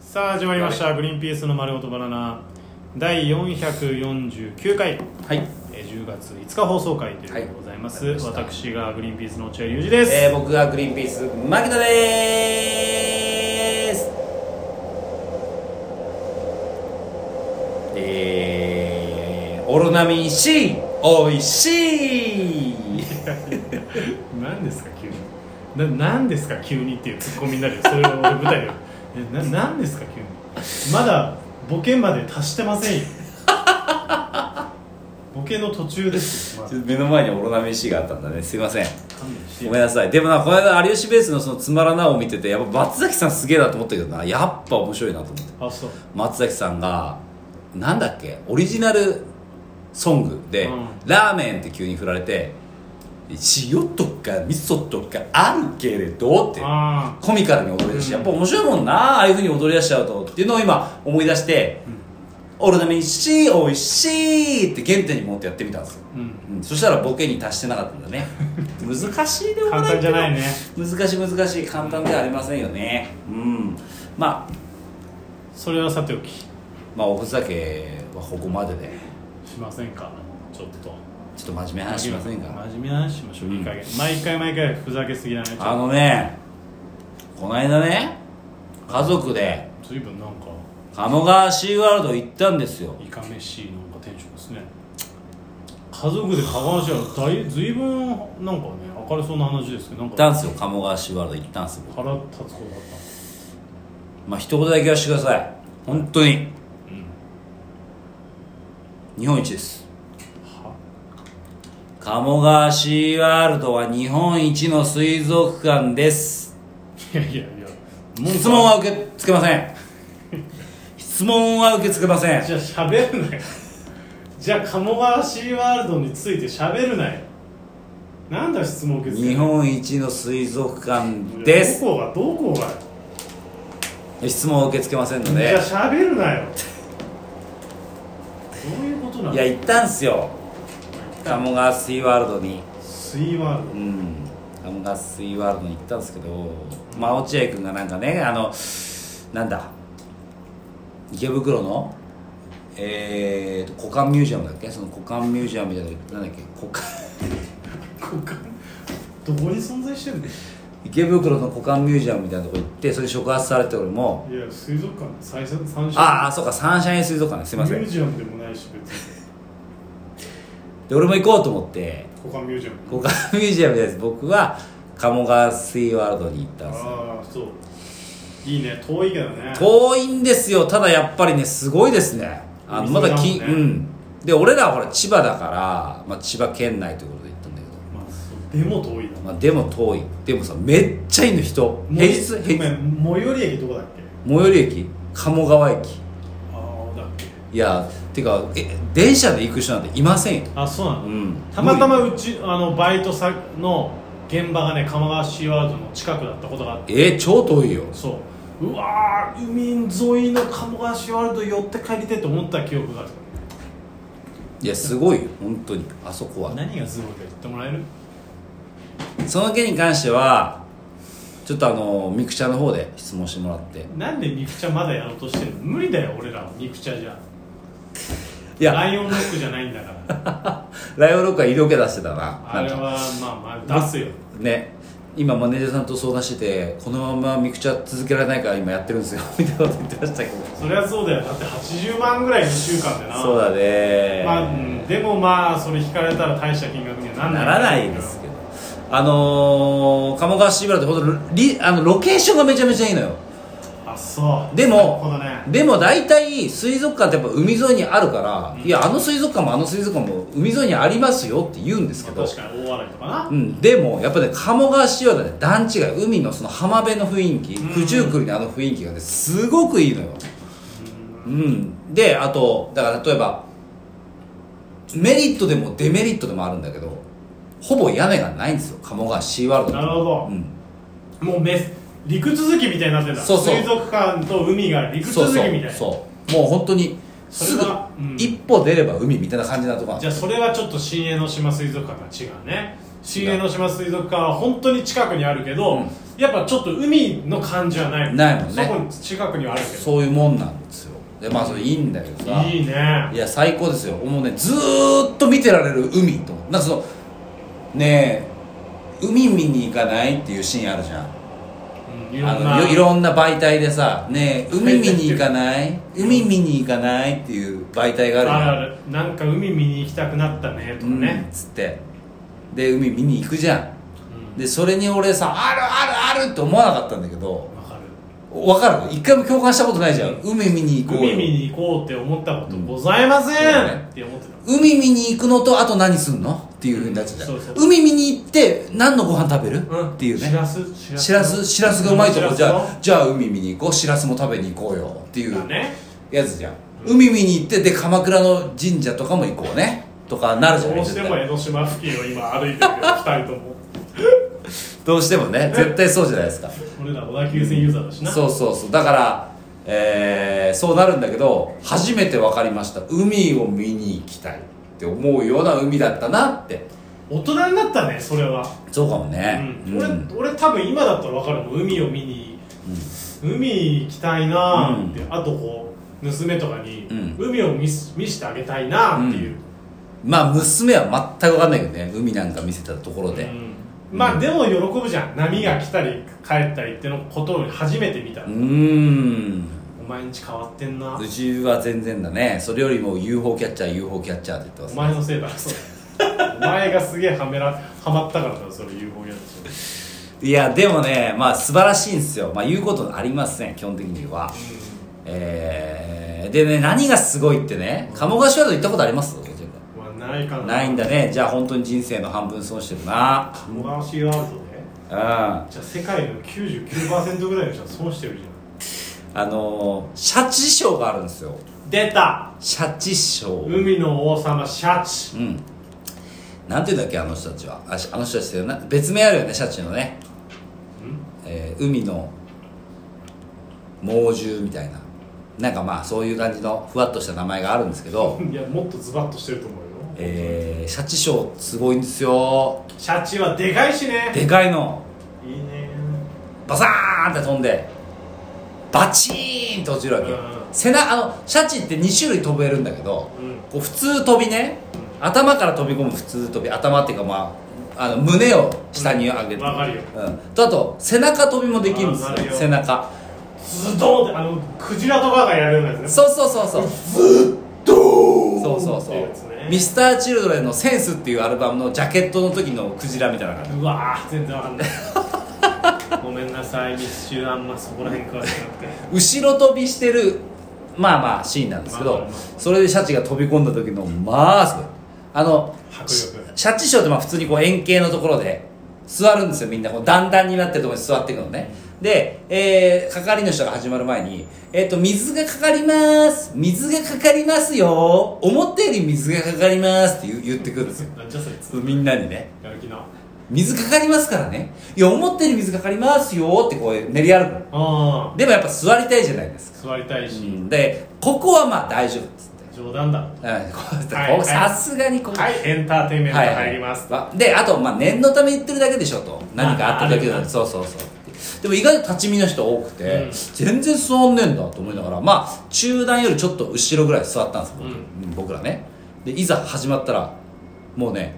さあ始まりました「グリーンピースの丸ごとバナナ」第449回、はい、えー10月5日放送回ということでございます、はいわかりま私がグリーンピースの落合裕二です、えー、僕がグリーンピース牧野でーすえー、オロナミン C おいしい何ですか急にな何ですか急にっていうツッコミになるよそれを俺舞台でえな何ですか急にまだボケまで達してま せんよボケの途中ですよまだ目の前にオロナミン C があったんだねすいません勘弁してごよめんなさいでもなこの間有吉ベースのそのつまらなを見ててやっぱ松崎さんすげえなと思ったけどなやっぱ面白いなと思ってあそう松崎さんがなんだっけオリジナルソングで、うんラーメンって急に振られて塩とか味噌とかあるけれどってあコミカルに踊り出して、うんやっぱ面白いもんなああいうふうに踊り出しちゃうとっていうのを今思い出してうん「俺のめにしおいしい」って原点に持ってやってみたんですよ、ーうんうんそしたらボケに達してなかったん だね難しいでも簡単じゃないね難しい難しい簡単ではありませんよねうんまあそれはさておきしまあおふざけはここまででませんかちょっとちょっと真面目な話しませんか真面目な話しましょう、いい加減毎回毎回ふざけすぎだねちょっあのねこの間ね家族でと随分なんか鴨川シーワールド行ったんですよいかめしいなんかテンションですね家族でかがわしはだい随分なんかね明るそうな話ですけどなん行ったんかすよ鴨川シーワールド行ったんすよ腹立つことあったんですまあ一言だけ言わせてください本当に日本一ですは鴨川シーワールドは日本一の水族館ですいやいやいやも質問は受け付けません質問は受け付けませんじゃあ喋るなよ じゃあ鴨川シーワールドについて喋るなよなんだ質問受け付け日本一の水族館ですどこがどこがよ質問を受け付けませんのじでゃあ喋るなよどういうことなのいや行ったんすよ鴨川水ワールドにスイワールうん鴨川水ワールドに行ったんですけどまあ落合君がなんかねあのなんだ池袋のえーと股間ミュージアムだっけその股間ミュージアムみたいなのなんだっけ股間 ドここどこに存在してるんだよ池袋の股間ミュージアムみたいなとこ行ってそれに触発されて俺もいや水族館最初の三種ああそうかサンシャイン水族館ねすいませミューんジアムでもないし別にで俺も行こうと思ってここはミュージアム五感ミュージアムです僕は鴨川水ワールドに行ったんですよああそういいね遠いけどね遠いんですよただやっぱりねすごいですねあの水まだき、だうもんねんで俺らはほら千葉だから、まあ、千葉県内ということで行ったんだまあそうでも遠いけど、まあ、でも遠いでもさめっちゃいいの人な平日ごめ平日ん最寄り駅どこだっけ最寄り駅鴨川駅ああだっけいやてかえ電車で行く人なんていませんよ、あそうなうのん、たまたま無うちあのバイト先の現場がね鴨川シーワールドの近くだったことがあって理えー超遠いよそううわー海沿いの鴨川シーワールド寄って帰りてと思った記憶があるいやすごいよ本当にあそこは何がすごいか言ってもらえるその件に関してはちょっとあのミクチャの方で質問してもらってなんで肉茶まだやろうとしてるの無理だよ俺らは肉茶じゃいラやイオンロックじゃないんだから ライオンロックは色気出してたなあなんれかはまあまあ出すよね今マネージャーさんと相談しててこのままミクチャ続けられないから今やってるんですよ みたいなこと言ってましたけどそりゃそうだよだって80万ぐらい2週間でなそうだね、まあうんでもまあそれ引かれたら大した金額にはなんないならないですけどあのー、鴨川シーブラってほんとリあのロケーションがめちゃめちゃいいのよあそうでなるほもど、ねでも大体水族館ってやっぱ海沿いにあるから、いやあの水族館もあの水族館も海沿いにありますよって言うんですけまあど確かに大洗とかなうん、でもやっぱね鴨川潮だね段違い海のその浜辺の雰囲気うん九十九里のあの雰囲気がねすごくいいのようんであとだから例えばメリットでもデメリットでもあるんだけどほぼ屋根がないんですよ鴨川シーワールドなるほどうん、もうめ陸続きみたいになってんだそうそう水族館と海が陸そう続きみたそういなそうもう本当にそすぐれはうん一歩出れば海みたいな感じなとこなんじゃあそれはちょっと新江ノ島水族館が違うね新江ノ島水族館は本当に近くにあるけど、うんやっぱちょっと海の感じはないないもんねそこに近くにはあるけどそういうもんなんですよでまあそれいいんだけどさいいねいや最高ですよもうねずーっと見てられる海となんかそのねえ海見に行かないっていうシーンあるじゃんうんいろあんなのよいろんな媒体でさ「ねえ海見に行かないうん海見に行かない」っていう媒体があるじゃんあるあるなんか海見に行きたくなったねとかうんね、つってで海見に行くじゃんうんでそれに俺さ「あるあるある!」って思わなかったんだけどわかるわかる一回も共感したことないじゃん海見に行こうよ海見に行こうって思ったことございません、うんそうねって思ってた海見に行くのとあと何すんのっていうふうになっちゃうじゃんそうそう海見に行って何のご飯食べる、うんっていうしねらすししらすしらすがうまいとこじゃしらあじゃあ海見に行こうしらすも食べに行こうよっていすのだうねやつじゃん、海見に行ってで鎌倉の神社とかも行こうねとかなるじゃなどいうして絶も対江ノ島付近を今歩いてるけど2人ともどうしてもね絶対そうじゃないですか俺ら小田急線ユーザーだしなそうそうそうだから、えーそうなるんだけど初めて分かりました海を見に行きたいって思うような海だったなって大人になったねそれは、そうかもね、うんうん俺俺多分今だったら分かるもん海を見に、海行きたいなーって、あとこう娘とかに、うん海を見す見せてあげたいなーっていう、まあ娘は全く分かんないけどね海なんか見せたところで、うんまあでも喜ぶじゃん波が来たり帰ったりってのことを初めて見た、うーんお前んち変わってんなうちは全然だねそれよりも UFO キャッチャー UFO キャッチャーって言ってまおす前のせいだそうお前がすげえはめらはまったからだそれ UFO やついやでもねまあ素晴らしいんですよまあ言うことありません基本的にはえー、でね何がすごいってね鴨川シュワード行ったことありますまあないかなないんだねじゃあ本当に人生の半分損してるなモダンシーワールドでうんあじゃあ世界の99%ぐらいの人は損してるじゃんのー、シャチ賞があるんですよ出たシャチ賞海の王様シャチうんなんていうんだっけあの人たちはあしあの人たちってな別名あるよねシャチのね、えー海の猛獣みたいななんかまあそういう感じのふわっとした名前があるんですけどいやもっとズバッとしてると思うよ、えー、シャチ賞すごいんですよシャチはでかいしねでかいのいいねバサーンって飛んでバチーンって落ちるわけ、うん背中あのシャチって2種類飛べるんだけど、うんこう普通飛びね頭から飛び込む普通飛び頭っていうかまああの胸を下に上げて、ううんん、わかるよとあと背中飛びもできるんですあよわかるよ背中ズドンってあのクジラとかがやるようなやつねそうそうそうそうそうそうってそいうやうつねミスターチルドレンの「センス」っていうアルバムのジャケットの時のクジラみたいな感じうわー全然わかんないごめんなさい密集あんまそこら辺詳しくなくて後ろ飛びしてるまあまあシーンなんですけまあまどあまあそれでシャチが飛び込んだ時のまあすごいあの迫シ力シャチショーってまあ普通にこう円形のところで座るんですよみんなこう段々になってるところに座っていくのねで、えー、係の人が始まる前に「えっと水がかかります水がかかりますよ思ったより水がかかります」って言う言ってくるんですよなんじゃそいつみんなにねやる気な「水かかりますからねいや思ったより水かかりますよ」ってこう練り歩くのあでもやっぱ座りたいじゃないですかー座りたいし、でここはまあ大丈夫っつって冗談だうんこうやってはいこはういさすがにここはいエンターテインメント入ります、はいはいであとまあ念のため言ってるだけでしょと何かあった時ああだるそうそうそうでも意外と立ち見の人多くて、うん全然座んねえんだと思いながらまあ中段よりちょっと後ろぐらい座ったんです僕,、う僕らねでいざ始まったらもうね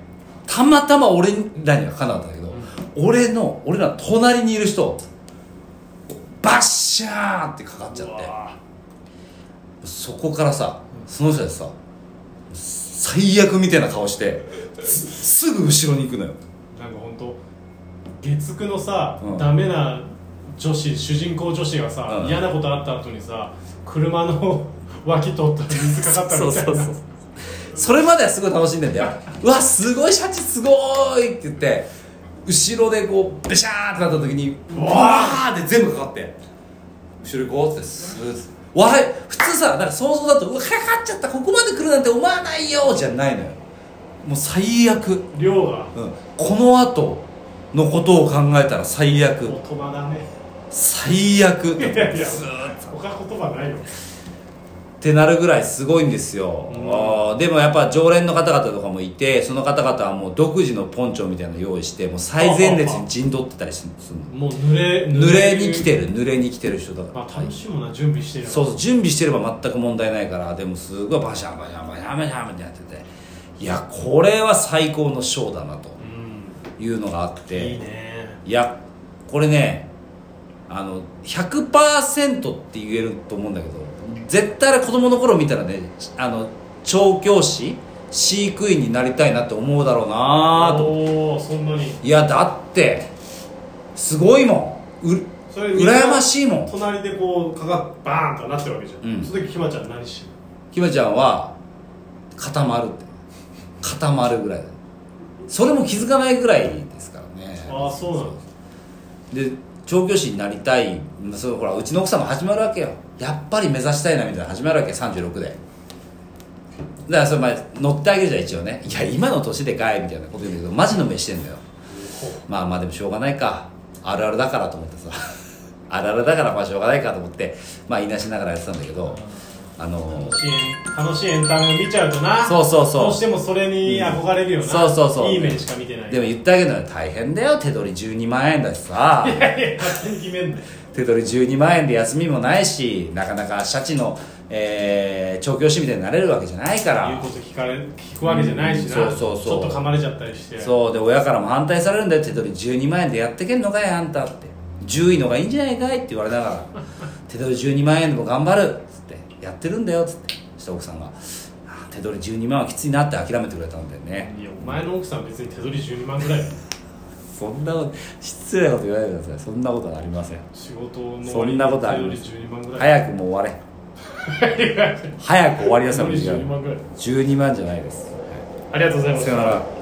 たまたま俺らにはかなかったんだけど、俺の俺らの隣にいる人バッシャーンってかかっちゃうってわそこからさその人たちさ最悪みたいな顔してすすぐ後ろに行くのよーなんか本当月9のさ、うんダメな女子主人公女子がさ、うん嫌なことあった後にさ車の 脇通ったら水かかったそうみたそいうそなうそれまではすごい楽しんでんだようわすごいシャチすごいって言って後ろでこうベシャーってなった時にわーって全部かかって後ろ行こうってスーッて笑い普通さなんか想像だとうわかかっちゃったここまで来るなんて思わないよじゃないのよもう最悪量がうんこの後のことを考えたら最悪大人だね最悪いやいやずーっと他言葉ないよっってなるぐらいすごいんですよ、うんあーでもやっぱ常連の方々とかもいてその方々はもう独自のポンチョみたいなの用意してもう最前列に陣取ってたりするするもう濡れの濡れに来てる濡れに来てる人だから、まあ楽しいものは準備してるそうそう準備してれば全く問題ないからでもすごいバシャンバシャンバシャンバシャンってやってていやこれは最高のショーだなとうんいうのがあっていいねいやこれねあの100%って言えると思うんだけど絶対あれ子供の頃見たらねあの調教師飼育員になりたいなって思うだろうなとおおそんなにいやだってすごいもんうそれ羨ましいもん隣でこう蚊がバーンとなってるわけじゃん、うんその時ひまちゃん何してるひまちゃんは固まるって固まるぐらいだそれも気づかないぐらいですからねああそうなので調教師になりたいそのほらうちの奥さんも始まるわけよやっぱり目指したいなみたいなの始まるわけ36でだからそれまあ乗ってあげるじゃん一応ねいや今の年でかいみたいなこと言うんだけどマジの目してんだよまあまあでもしょうがないかあるあるだからと思ってさ あるあるだからまあしょうがないかと思ってまあいなしながらやってたんだけどあの楽しい楽しいエンタメを見ちゃうとなそうそうそうどうしてもそれに憧れるよな、そうそうそういい面しか見てないでも言ってあげるのは大変だよ手取り12万円だしさ勝手に決めんのよ手取り12万円で休みもないしなかなかシャチの、えー調教師みたいになれるわけじゃないか言うらこと聞かれ聞くわけじゃないしな、うんそうそうそうちょっと噛まれちゃったりしてそうで親からも反対されるんだよ手取り12万円でやってけんのかいあんたって10位のがいいんじゃないかいって言われながら手取り12万円でも頑張るっつってやってるんだよっつってそしたら奥さんがあー手取り12万はきついなって諦めてくれたんだよねいやお前の奥さん別に手取り12万ぐらいだよそんなこと失礼なこと言わないでくださいそんなことはありません仕事のそんなことあ手り取まりせ12万ぐらい早くもう終われ早く終わりな手さい取もうり時間12万ぐらい12万じゃないですありがとうございますさよなら